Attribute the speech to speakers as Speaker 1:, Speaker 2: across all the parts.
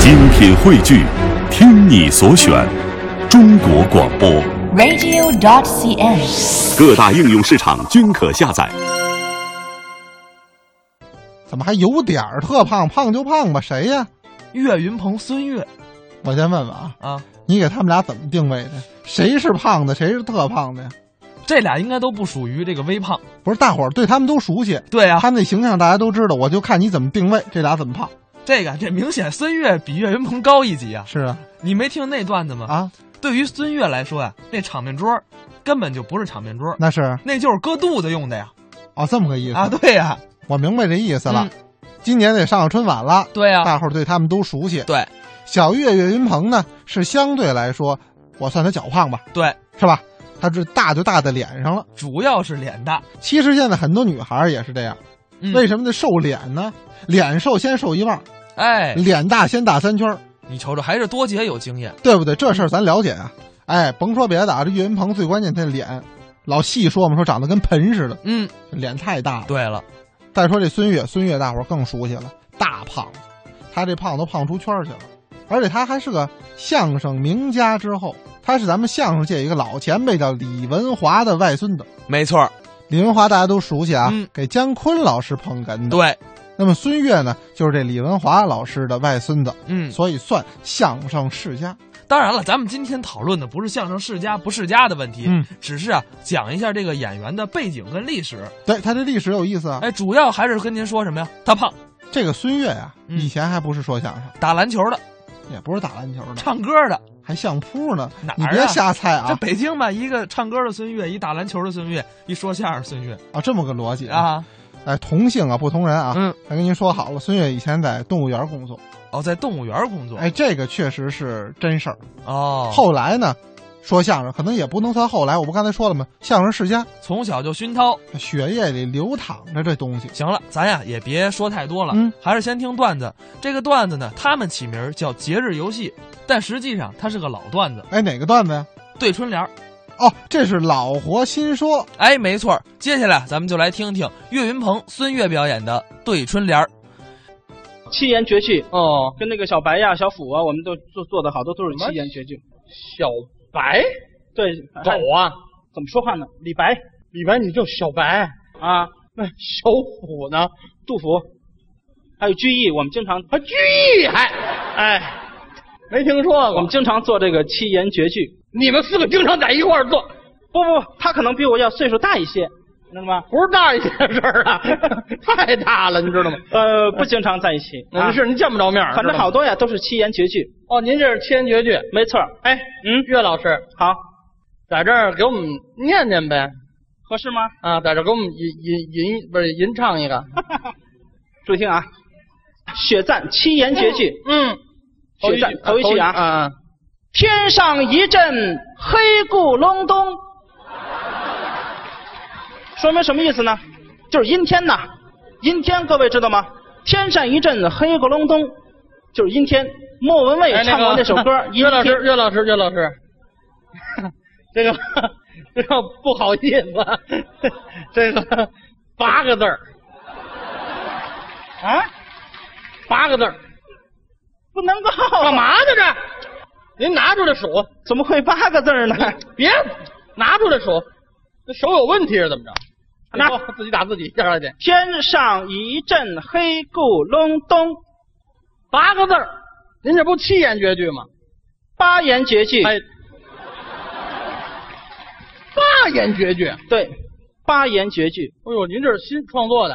Speaker 1: 精品汇聚，听你所选，中国广播。
Speaker 2: radio.cn。
Speaker 1: 各大应用市场均可下载。
Speaker 3: 怎么还有点儿特胖？胖就胖吧，谁呀？
Speaker 4: 岳云鹏、孙越
Speaker 3: 我先问问啊，
Speaker 4: 啊，
Speaker 3: 你给他们俩怎么定位的？谁是胖的，谁是特胖的呀？
Speaker 4: 这俩应该都不属于这个微胖。
Speaker 3: 不是，大伙儿对他们都熟悉，
Speaker 4: 对啊，
Speaker 3: 他们那形象大家都知道，我就看你怎么定位，这俩怎么胖？
Speaker 4: 这个这明显孙越比岳云鹏高一级啊！
Speaker 3: 是啊，
Speaker 4: 你没听那段子吗？，
Speaker 3: 啊，
Speaker 4: 对于孙越来说呀、那场面桌儿根本就不是场面桌儿，
Speaker 3: 那是
Speaker 4: 那就是搁肚子用的呀！
Speaker 3: 哦，这么个意思
Speaker 4: 啊，对呀、
Speaker 3: 我明白这意思了。
Speaker 4: 嗯
Speaker 3: 今年得上上春晚了，
Speaker 4: 对啊呀、
Speaker 3: 大伙儿对他们都熟悉。
Speaker 4: 对
Speaker 3: 小岳岳云鹏呢，是相对来说，我算他脚胖吧，
Speaker 4: 对，
Speaker 3: 是吧？他这大就大在脸上了。
Speaker 4: 主要是脸大。
Speaker 3: 其实现在很多女孩儿也是这样。
Speaker 4: 嗯
Speaker 3: 为什么得瘦脸呢？脸瘦先瘦一半儿，
Speaker 4: 哎，
Speaker 3: 脸大先打三圈儿，
Speaker 4: 你瞅瞅，还是多姐有经验。
Speaker 3: 对不对？这事儿咱了解啊。哎，甭说别的啊，这岳云鹏最关键他脸，老细说嘛，说长得跟盆似的，
Speaker 4: 嗯，
Speaker 3: 脸太大了。
Speaker 4: 对了，
Speaker 3: 再说这孙越，孙越大伙儿更熟悉了，大胖子，他这胖都胖出圈儿去了，而且他还是个相声名家。之后，他是咱们相声界一个老前辈，叫李文华的外孙子。
Speaker 4: 没错儿，
Speaker 3: 李文华大家都熟悉啊，
Speaker 4: 嗯
Speaker 3: 给姜昆老师捧哏的。
Speaker 4: 对，
Speaker 3: 那么孙越呢，就是这李文华老师的外孙子，
Speaker 4: 嗯。
Speaker 3: 所以算相声世家。
Speaker 4: 当然了，咱们今天讨论的不是相声世家不世家的问题，
Speaker 3: 嗯
Speaker 4: 只是啊讲一下这个演员的背景跟历史。
Speaker 3: 对他这历史有意思啊。
Speaker 4: 哎，主要还是跟您说什么呀？他胖，
Speaker 3: 这个孙越呀、
Speaker 4: 嗯
Speaker 3: 以前还不是说相声，
Speaker 4: 打篮球的，
Speaker 3: 也不是打篮球的，
Speaker 4: 唱歌的，
Speaker 3: 还相扑呢。
Speaker 4: 哪嗯儿啊
Speaker 3: 你别瞎猜
Speaker 4: 这
Speaker 3: 啊！
Speaker 4: 北京吧，一个唱歌的孙越，一打篮球的孙越，一说相声孙越
Speaker 3: 啊，这么个逻辑！
Speaker 4: 啊，
Speaker 3: 哎，同姓啊，不同人啊。
Speaker 4: 嗯，
Speaker 3: 还跟您说好了，孙越以前在动物园工作。
Speaker 4: 哦，在动物园工作，
Speaker 3: 哎，这个确实是真事儿。
Speaker 4: 哦，
Speaker 3: 后来呢，说相声可能也不能算后来，我不刚才说了吗？相声世家，
Speaker 4: 从小就熏陶。
Speaker 3: 血液里流淌着这东西。
Speaker 4: 行了，咱呀也别说太多了，
Speaker 3: 嗯
Speaker 4: 还是先听段子。这个段子呢，他们起名儿叫节日游戏，但实际上它是个老段子，
Speaker 3: 哎，哪个段子呀？
Speaker 4: 对春联儿。
Speaker 3: 哦，这是老活新说。
Speaker 4: 哎，没错儿，接下来咱们就来听听岳云鹏、孙越表演的对春联儿。
Speaker 5: 七言绝句，
Speaker 4: 哦，
Speaker 5: 跟那个小白呀、小虎啊，我们都做做的好多都是七言绝句。
Speaker 6: 小白
Speaker 5: 对，
Speaker 6: 狗
Speaker 5: 还
Speaker 6: 啊，
Speaker 5: 怎么说话呢？李白
Speaker 6: 李白你就小白，
Speaker 5: 啊，
Speaker 6: 那小虎呢？
Speaker 5: 杜甫，还有居易，我们经常
Speaker 6: 啊，居易还，哎，没听说
Speaker 5: 我
Speaker 6: 过
Speaker 5: 们。经常做这个七言绝句。
Speaker 6: 你们四个经常在一块儿做，
Speaker 5: 不不不，他可能比我要岁数大一些，你知道吗？
Speaker 6: 不是大一些事儿啊， 太大了，你知道吗？
Speaker 5: 呃，不经常在一 起。啊
Speaker 6: 您是您见不着面儿，
Speaker 5: 反正
Speaker 6: 知道
Speaker 5: 好
Speaker 6: 吗
Speaker 5: 多呀，都是七言绝句。
Speaker 6: 哦。您这是千言绝句，
Speaker 5: 没错儿，
Speaker 6: 哎，
Speaker 5: 嗯
Speaker 6: 岳老师
Speaker 5: 好，
Speaker 6: 在这儿给我们念念呗，
Speaker 5: 合适吗？
Speaker 6: 啊，在这儿给我们吟吟吟，不是吟唱一个，
Speaker 5: 注意听啊，血战七言绝句。
Speaker 6: 嗯，
Speaker 5: 血战头一句啊
Speaker 6: 啊，
Speaker 5: 天上一阵黑咕隆咚， 说明什么意思呢？就是阴天呐，阴天各位知道吗？天上一阵黑咕隆咚，就是阴天。莫文蔚
Speaker 6: 哎
Speaker 5: 唱过那首歌 《
Speaker 6: 个
Speaker 5: 阴
Speaker 6: 岳老
Speaker 5: 天
Speaker 6: 师，》，岳老师，岳老师， 这个 这个不好意思， 这个八个字儿啊，八个字儿，
Speaker 5: 不能够，
Speaker 6: 干嘛呢这？您拿出来数，
Speaker 5: 怎么会八个字儿呢？
Speaker 6: 别拿出来数，这手有问题是怎么着？
Speaker 5: 拿
Speaker 6: 拿自己打自己一下来去，
Speaker 5: 天上一阵黑咕隆咚，
Speaker 6: 八个字儿，您这不七言绝句吗？
Speaker 5: 八言绝句。
Speaker 6: 哎，八言绝句。
Speaker 5: 对，八言绝句。
Speaker 6: 哎呦，您这是新创作的，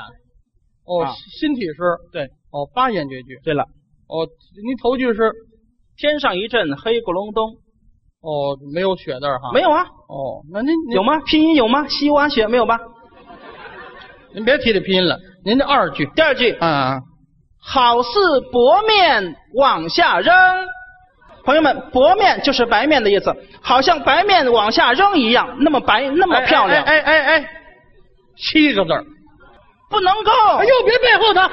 Speaker 6: 哦，
Speaker 5: 啊
Speaker 6: 新体诗，
Speaker 5: 对，
Speaker 6: 哦，八言绝句，
Speaker 5: 对了，
Speaker 6: 哦，您头句是，
Speaker 5: 天上一阵黑咕隆咚，
Speaker 6: 哦，没有雪字儿哈，
Speaker 5: 没，有啊？
Speaker 6: 哦，那您您
Speaker 5: 有？吗？拼音有吗？西瓜雪没有吧？
Speaker 6: 您别提这拼音了，您这二句，
Speaker 5: 第二句，
Speaker 6: 啊，
Speaker 5: 好似薄面往下扔。朋友们，薄面就是白面的意思，好像白面往下扔一样，那么白，那么漂亮，
Speaker 6: 哎哎哎哎，七个字儿，
Speaker 5: 不能够。
Speaker 6: 哎呦，别背后他，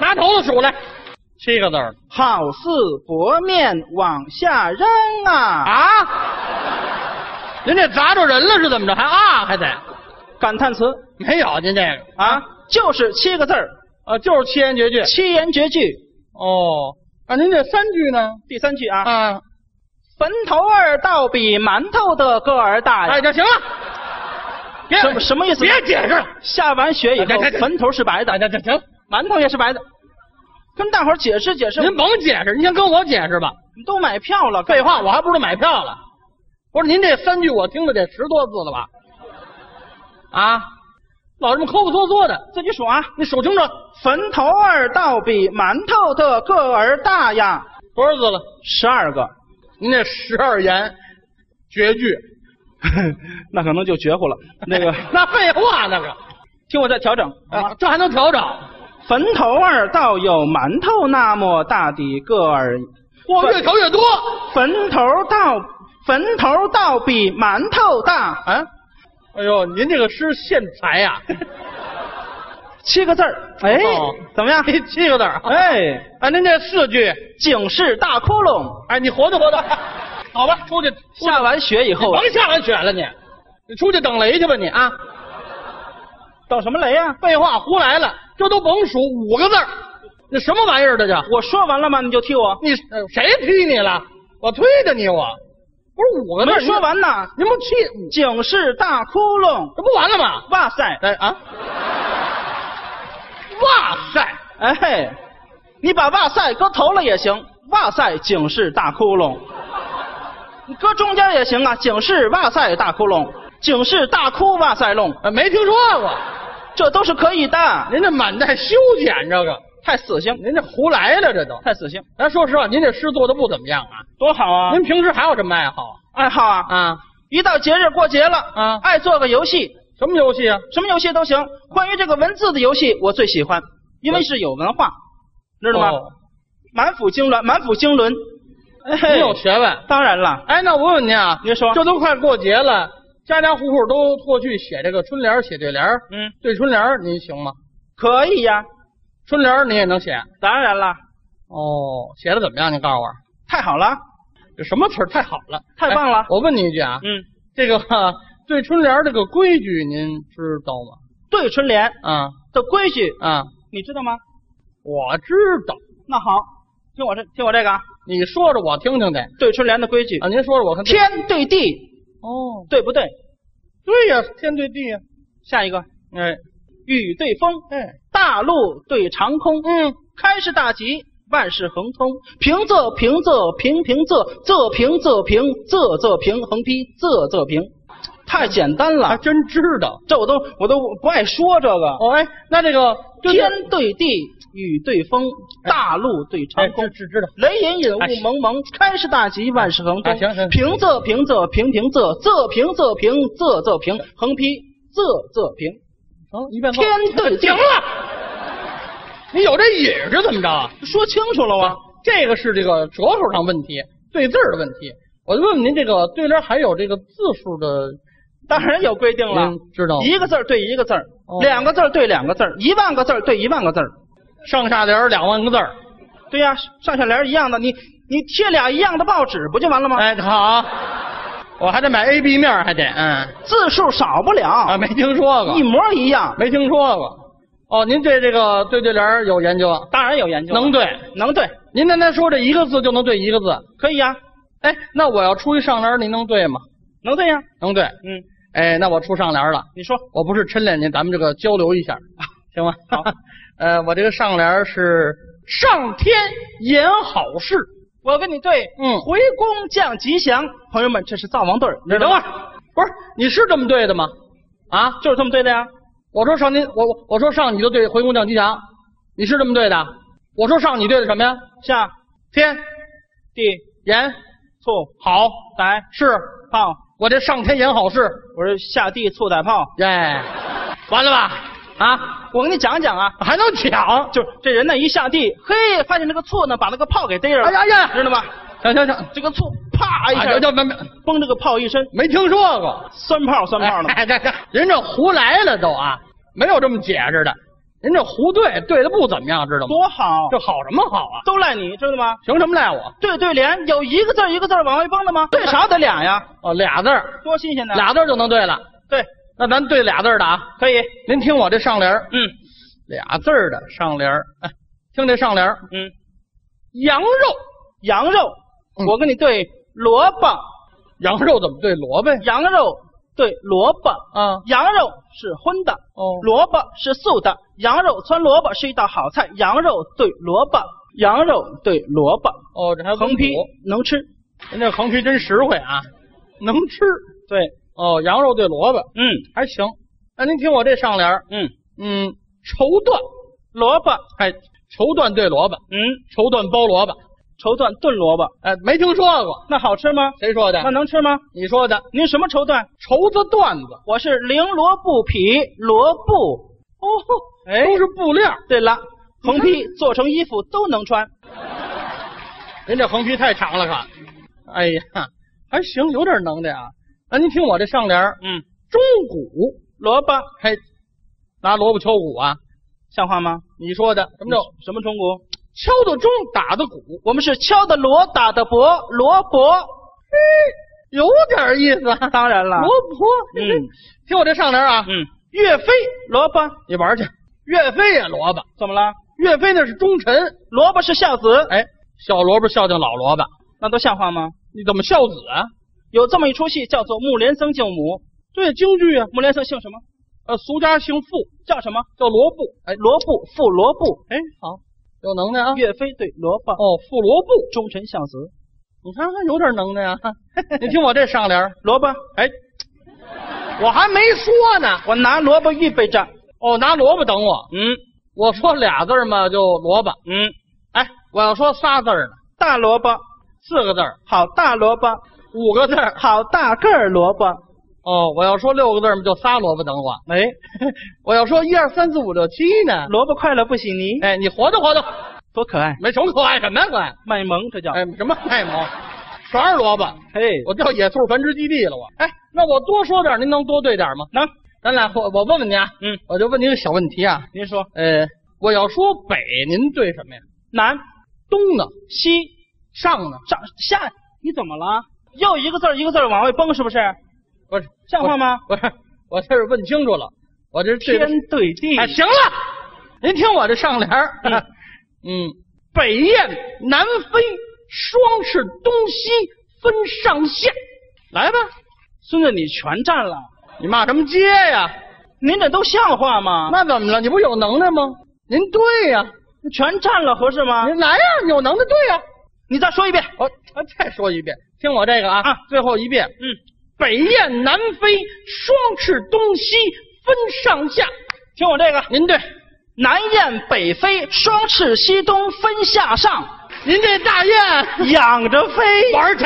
Speaker 6: 拿头子数来，七个字儿
Speaker 5: 好似薄面往下扔啊！
Speaker 6: 啊，您这砸着人了是怎么着？还啊还得
Speaker 5: 感叹词
Speaker 6: 没有您这个
Speaker 5: 啊啊，就是七个字儿，
Speaker 6: 啊，就是七言绝句，
Speaker 5: 七言绝句。
Speaker 6: 哦，啊，您这三句呢？
Speaker 5: 第三句啊，
Speaker 6: 啊，
Speaker 5: 坟头儿倒比馒头的个儿大呀。
Speaker 6: 哎，这行了，别
Speaker 5: 什么什么意思？
Speaker 6: 别解释了，
Speaker 5: 下完雪以
Speaker 6: 哎
Speaker 5: 后
Speaker 6: 这这，这
Speaker 5: 坟头是白
Speaker 6: 哎，
Speaker 5: 的，
Speaker 6: 这这行，
Speaker 5: 馒头也是白的。跟大伙儿解释解释，
Speaker 6: 您甭解释，您先跟我解释吧。
Speaker 5: 你都买票了，
Speaker 6: 废话，我还不如买票了。不是您这三句我听了得十多次了吧？啊，老这么抠抠缩缩的，
Speaker 5: 自己数啊。
Speaker 6: 你手听着，
Speaker 5: 坟头儿倒比馒头的个儿大呀，
Speaker 6: 多少次了？
Speaker 5: 十二个，
Speaker 6: 您这十二言绝句，
Speaker 5: 那可能就绝户了。那个， 啊
Speaker 6: 那废话那个
Speaker 5: 听我再调整
Speaker 6: 啊，这还能调整？
Speaker 5: 坟头儿倒有馒头那么大的个儿，
Speaker 6: 哇，
Speaker 5: 不
Speaker 6: 越调越多。
Speaker 5: 坟头倒坟头倒比馒头大，
Speaker 6: 啊！哎呦，您这个诗现裁呀、
Speaker 5: 七个字儿，哎
Speaker 6: 哦，
Speaker 5: 怎么样？
Speaker 6: 第七个字儿啊！
Speaker 5: 哎，
Speaker 6: 啊，您这四句，
Speaker 5: 警示大窟窿。
Speaker 6: 哎，你活动活动，好吧，出去，出去
Speaker 5: 下完雪以后，啊
Speaker 6: 甭下完雪了你，你出去等雷去吧你啊！
Speaker 5: 等什么雷啊？
Speaker 6: 废话，胡来了，这都甭数五个字儿，那什么玩意儿这叫？
Speaker 5: 我说完了吗？你就踢我？
Speaker 6: 你呃谁踢你了？我推的你我，不是五个字儿
Speaker 5: 没说，完呢。
Speaker 6: 您您不气，
Speaker 5: 警示大窟窿，
Speaker 6: 这不完了吗？
Speaker 5: 哇塞！
Speaker 6: 哎啊！哇塞！
Speaker 5: 哎嘿，你把哇塞搁头了也行，哇塞警示大窟窿。你搁中间也行啊，警示哇塞大窟窿，警示大窟哇塞窿，
Speaker 6: 呃没听说过，
Speaker 5: 这都是可以的。
Speaker 6: 您这满带修剪这个，
Speaker 5: 太死性，
Speaker 6: 您这胡来了这都。
Speaker 5: 太死性，
Speaker 6: 咱说实话，您这诗做的不怎么样啊。
Speaker 5: 多好啊！
Speaker 6: 您平时还有什么爱好
Speaker 5: 爱好啊，
Speaker 6: 啊？啊，
Speaker 5: 一到节日过节了
Speaker 6: 啊
Speaker 5: 爱做个游戏，
Speaker 6: 什么游戏啊？
Speaker 5: 什么游戏都行。关于这个文字的游戏，我最喜欢，因为是有文化，知道吗？
Speaker 6: 哦
Speaker 5: 满腹经纶，满腹经纶。哎
Speaker 6: 您
Speaker 5: 嘿
Speaker 6: 有学问。
Speaker 5: 当然了，
Speaker 6: 哎，那我问您啊，
Speaker 5: 您说
Speaker 6: 这都快过节了，家家户户都过去写这个春联儿、写对联儿
Speaker 5: 嗯，
Speaker 6: 对春联儿您行吗？
Speaker 5: 可以呀、
Speaker 6: 春联儿您也能写？
Speaker 5: 当然了，
Speaker 6: 哦，写的怎么样？您告诉我，
Speaker 5: 太好了，
Speaker 6: 这什么词儿太好了，
Speaker 5: 太棒了
Speaker 6: 哎我问您一句啊，
Speaker 5: 嗯，
Speaker 6: 这个 哈对春联儿这个规矩您知道吗？
Speaker 5: 对春联
Speaker 6: 啊
Speaker 5: 的规矩
Speaker 6: 啊，
Speaker 5: 你知道吗？
Speaker 6: 我知道，
Speaker 5: 那好，听我这，听我这个啊，
Speaker 6: 你说说我听听去。
Speaker 5: 对春联的规矩，
Speaker 6: 啊，您说说我看。
Speaker 5: 天对地，
Speaker 6: 哦，
Speaker 5: 对不对？
Speaker 6: 对呀、天对地呀、
Speaker 5: 下一个，
Speaker 6: 哎
Speaker 5: 雨对风，
Speaker 6: 哎，
Speaker 5: 大陆对长空，
Speaker 6: 嗯，
Speaker 5: 开市大吉，万事亨通。平仄平仄平平仄，仄平仄平仄仄平横批仄仄平，太简单
Speaker 6: 还
Speaker 5: 了，
Speaker 6: 真知道。
Speaker 5: 这我都我都不爱说这个。
Speaker 6: 哦，哎，那这个对对
Speaker 5: 天对地，雨对风，大陆对长
Speaker 6: 哎，
Speaker 5: 空
Speaker 6: 知。知知道。
Speaker 5: 雷隐隐，
Speaker 6: 哎
Speaker 5: 雾蒙蒙，开市大吉，万事亨通。
Speaker 6: 哎行行
Speaker 5: 平仄平仄平平仄，仄平仄平仄仄平，横批仄仄平。
Speaker 6: 成、哦一遍够。
Speaker 5: 天对地
Speaker 6: 行了，你有这瘾是怎么着啊？
Speaker 5: 说清楚了啊，
Speaker 6: 这个是这个折头上问题，对字儿的问题。我就问问您，这个对联还有这个字数的，
Speaker 5: 当然有规定了，
Speaker 6: 您知道吗
Speaker 5: 一个字儿对一个字儿
Speaker 6: 哦，
Speaker 5: 两个字儿对两个字儿，一万个字儿对一万个字儿。
Speaker 6: 上下联儿两万个字儿。
Speaker 5: 对呀，上下联一样的，你你贴俩一样的报纸不就完了吗？
Speaker 6: 哎，好，我还得买 A B 面儿还得嗯
Speaker 5: 字数少不
Speaker 6: 啊，
Speaker 5: 了，
Speaker 6: 没听说过
Speaker 5: 一，模一样。
Speaker 6: 没听说过。哦，您对这个对对联儿有研究啊？
Speaker 5: 当然有研究了，
Speaker 6: 能对。
Speaker 5: 能对，
Speaker 6: 您刚才说这一个字就能对一个字，
Speaker 5: 可以呀，
Speaker 6: 哎，那我要出一上联儿，您能对吗？
Speaker 5: 能对呀。
Speaker 6: 能对。
Speaker 5: 嗯，
Speaker 6: 哎，那我出上联儿了，
Speaker 5: 你说啊
Speaker 6: 我不是抻脸您，咱们这个交流一下，行吗？
Speaker 5: 好。
Speaker 6: 呃，我这个上联儿是上天言好事。
Speaker 5: 我跟你对，
Speaker 6: 嗯
Speaker 5: 回宫降吉祥，朋友们，这是灶王对儿，
Speaker 6: 你等会儿，不是你是这么对的吗？啊，
Speaker 5: 就是这么对的呀。
Speaker 6: 我说上您，我我我说上你就对回宫降吉祥，你是这么对的？我说上你对的什么呀？
Speaker 5: 下
Speaker 6: 天
Speaker 5: 地
Speaker 6: 言
Speaker 5: 醋
Speaker 6: 好
Speaker 5: 逮
Speaker 6: 事，
Speaker 5: 炮，
Speaker 6: 我这上天言好事，
Speaker 5: 我说下地醋逮炮。
Speaker 6: 耶，
Speaker 5: 哎
Speaker 6: 完了吧？啊，
Speaker 5: 我跟你讲讲啊，
Speaker 6: 还能抢？
Speaker 5: 就是这人呢一下地，嘿，发现这个醋呢把那个炮给逮着了，
Speaker 6: 哎呀呀，
Speaker 5: 知道吗？
Speaker 6: 行行行，
Speaker 5: 这个醋哎啪一
Speaker 6: 啊，
Speaker 5: 下，
Speaker 6: 就就没没
Speaker 5: 崩这个炮一身，
Speaker 6: 没听说过。
Speaker 5: 酸炮酸炮 的。
Speaker 6: 哎，这这人这胡来了都啊，没有这么解释的。人这胡对对的不怎么样，知道吗？
Speaker 5: 多好，
Speaker 6: 这好什么好啊？
Speaker 5: 都赖你，知道吗？
Speaker 6: 凭什么赖我？
Speaker 5: 对对联有一个字儿一个字儿往外崩的吗？最少得俩呀，
Speaker 6: 哦，俩字儿，
Speaker 5: 多新鲜呐！
Speaker 6: 俩字儿就能对了。
Speaker 5: 对，
Speaker 6: 那咱对俩字儿的啊，
Speaker 5: 可以，
Speaker 6: 您听我这上联儿，
Speaker 5: 嗯
Speaker 6: 俩字儿的上联儿，哎，听这上联儿，
Speaker 5: 嗯，
Speaker 6: 羊肉，
Speaker 5: 羊肉，
Speaker 6: 嗯
Speaker 5: 我跟你对萝卜，
Speaker 6: 羊肉怎么对萝卜呀？
Speaker 5: 羊肉对萝卜，
Speaker 6: 啊，
Speaker 5: 羊肉是荤的，
Speaker 6: 哦
Speaker 5: 萝卜是素的。羊肉汆萝卜是一道好菜，羊肉对萝卜，羊肉对萝卜，
Speaker 6: 哦，这还
Speaker 5: 横
Speaker 6: 温
Speaker 5: 批
Speaker 6: 补
Speaker 5: 能吃。
Speaker 6: 人这横批真实惠啊，能吃。
Speaker 5: 对，
Speaker 6: 哦，羊肉对萝卜
Speaker 5: 嗯
Speaker 6: 还行。那您听我这上联儿，
Speaker 5: 嗯，
Speaker 6: 嗯，绸缎，
Speaker 5: 萝卜，
Speaker 6: 哎，绸缎对萝卜，
Speaker 5: 嗯，
Speaker 6: 绸缎包萝卜，
Speaker 5: 绸缎炖萝卜，
Speaker 6: 哎，没听说过，
Speaker 5: 那好吃吗？
Speaker 6: 谁说的
Speaker 5: 那？能吃吗？
Speaker 6: 你说的，
Speaker 5: 您什么绸缎？
Speaker 6: 绸子缎子，
Speaker 5: 我是绫罗布匹，罗布。哦，
Speaker 6: 哎，都是布料儿。
Speaker 5: 对了，横批做成衣服都能穿。
Speaker 6: 您这横批太长了，看，哎呀，还行，有点能耐啊。那您听我这上联儿，
Speaker 5: 嗯，
Speaker 6: 中骨，
Speaker 5: 萝卜
Speaker 6: 嘿，拿萝卜敲鼓啊，
Speaker 5: 像话吗？
Speaker 6: 你说的什么叫
Speaker 5: 什么中国？
Speaker 6: 敲的钟，打的鼓，
Speaker 5: 我们是敲的锣，打的钹，罗钹。
Speaker 6: 有点意思啊。
Speaker 5: 当然了，
Speaker 6: 萝卜，
Speaker 5: 嗯
Speaker 6: 听我这上联啊，
Speaker 5: 嗯，
Speaker 6: 岳飞，
Speaker 5: 萝卜
Speaker 6: 你玩去，岳飞也萝卜，
Speaker 5: 怎么了？
Speaker 6: 岳飞那是忠臣，
Speaker 5: 萝卜是孝子，
Speaker 6: 哎，小萝卜孝敬老萝卜，
Speaker 5: 那都像话吗？
Speaker 6: 你怎么孝子啊？
Speaker 5: 有这么一出戏叫做《木莲僧敬母》，
Speaker 6: 对，京剧啊，
Speaker 5: 木莲僧姓什么？
Speaker 6: 呃，俗家姓傅，
Speaker 5: 叫什么？
Speaker 6: 叫罗布，哎
Speaker 5: 罗布，傅罗布。
Speaker 6: 哎，好，有能耐啊，
Speaker 5: 岳飞对萝卜，
Speaker 6: 哦，傅罗布，
Speaker 5: 忠臣孝子。
Speaker 6: 你看还有点 能耐啊。你听我这上联儿，
Speaker 5: 萝卜，
Speaker 6: 哎，我还没说呢，
Speaker 5: 我拿萝卜预备着。
Speaker 6: 哦，拿萝卜等我，
Speaker 5: 嗯
Speaker 6: 我说俩字儿嘛，就萝卜，
Speaker 5: 嗯，
Speaker 6: 哎，我要说仨字儿呢，
Speaker 5: 大萝卜，
Speaker 6: 四个字儿，
Speaker 5: 好大萝卜，
Speaker 6: 五个字儿，
Speaker 5: 好大个儿萝卜。
Speaker 6: 哦，我要说六个字儿嘛，就仨萝卜等我。
Speaker 5: 哎，
Speaker 6: 我要说一二三四五六七呢。
Speaker 5: 萝卜快乐不洗泥，
Speaker 6: 哎，你活动活动，
Speaker 5: 多可爱！
Speaker 6: 没什么可爱，什么呀可爱？
Speaker 5: 卖萌这叫。
Speaker 6: 哎，什么爱毛？全是萝卜，
Speaker 5: 嘿，
Speaker 6: 我掉野兔繁殖基地了我。哎，那我多说点，您能多对点吗？
Speaker 5: 能，
Speaker 6: 咱俩我我问问您啊，
Speaker 5: 嗯，
Speaker 6: 我就问您个小问题啊，
Speaker 5: 您说
Speaker 6: 呃，我要说北，您对什么呀？
Speaker 5: 南
Speaker 6: 东呢？
Speaker 5: 西
Speaker 6: 上呢？
Speaker 5: 上下，你怎么了？又一个字儿一个字儿往外蹦，是不是？
Speaker 6: 不是
Speaker 5: 像话吗？
Speaker 6: 不是，我这是问清楚了，我这是
Speaker 5: 天对地，
Speaker 6: 哎，行了，您听我这上联儿
Speaker 5: 嗯
Speaker 6: 嗯，北雁南飞，双翅东西分上下。来吧，
Speaker 5: 孙子你全占了，
Speaker 6: 你骂什么街呀、
Speaker 5: 您这都像话吗？
Speaker 6: 那怎么了？你不有能耐吗？您对呀、
Speaker 5: 那全占了合适吗？
Speaker 6: 您来呀、你有能耐对呀、
Speaker 5: 你再说一遍，
Speaker 6: 我我再说一遍，听我这个啊，
Speaker 5: 啊
Speaker 6: 最后一遍。
Speaker 5: 嗯，
Speaker 6: 北雁南飞，双翅东西分上下。
Speaker 5: 听我这个：
Speaker 6: 您对，
Speaker 5: 南雁北飞，双翅西东分下上，
Speaker 6: 您这大雁
Speaker 5: 仰着飞。
Speaker 6: 玩儿去。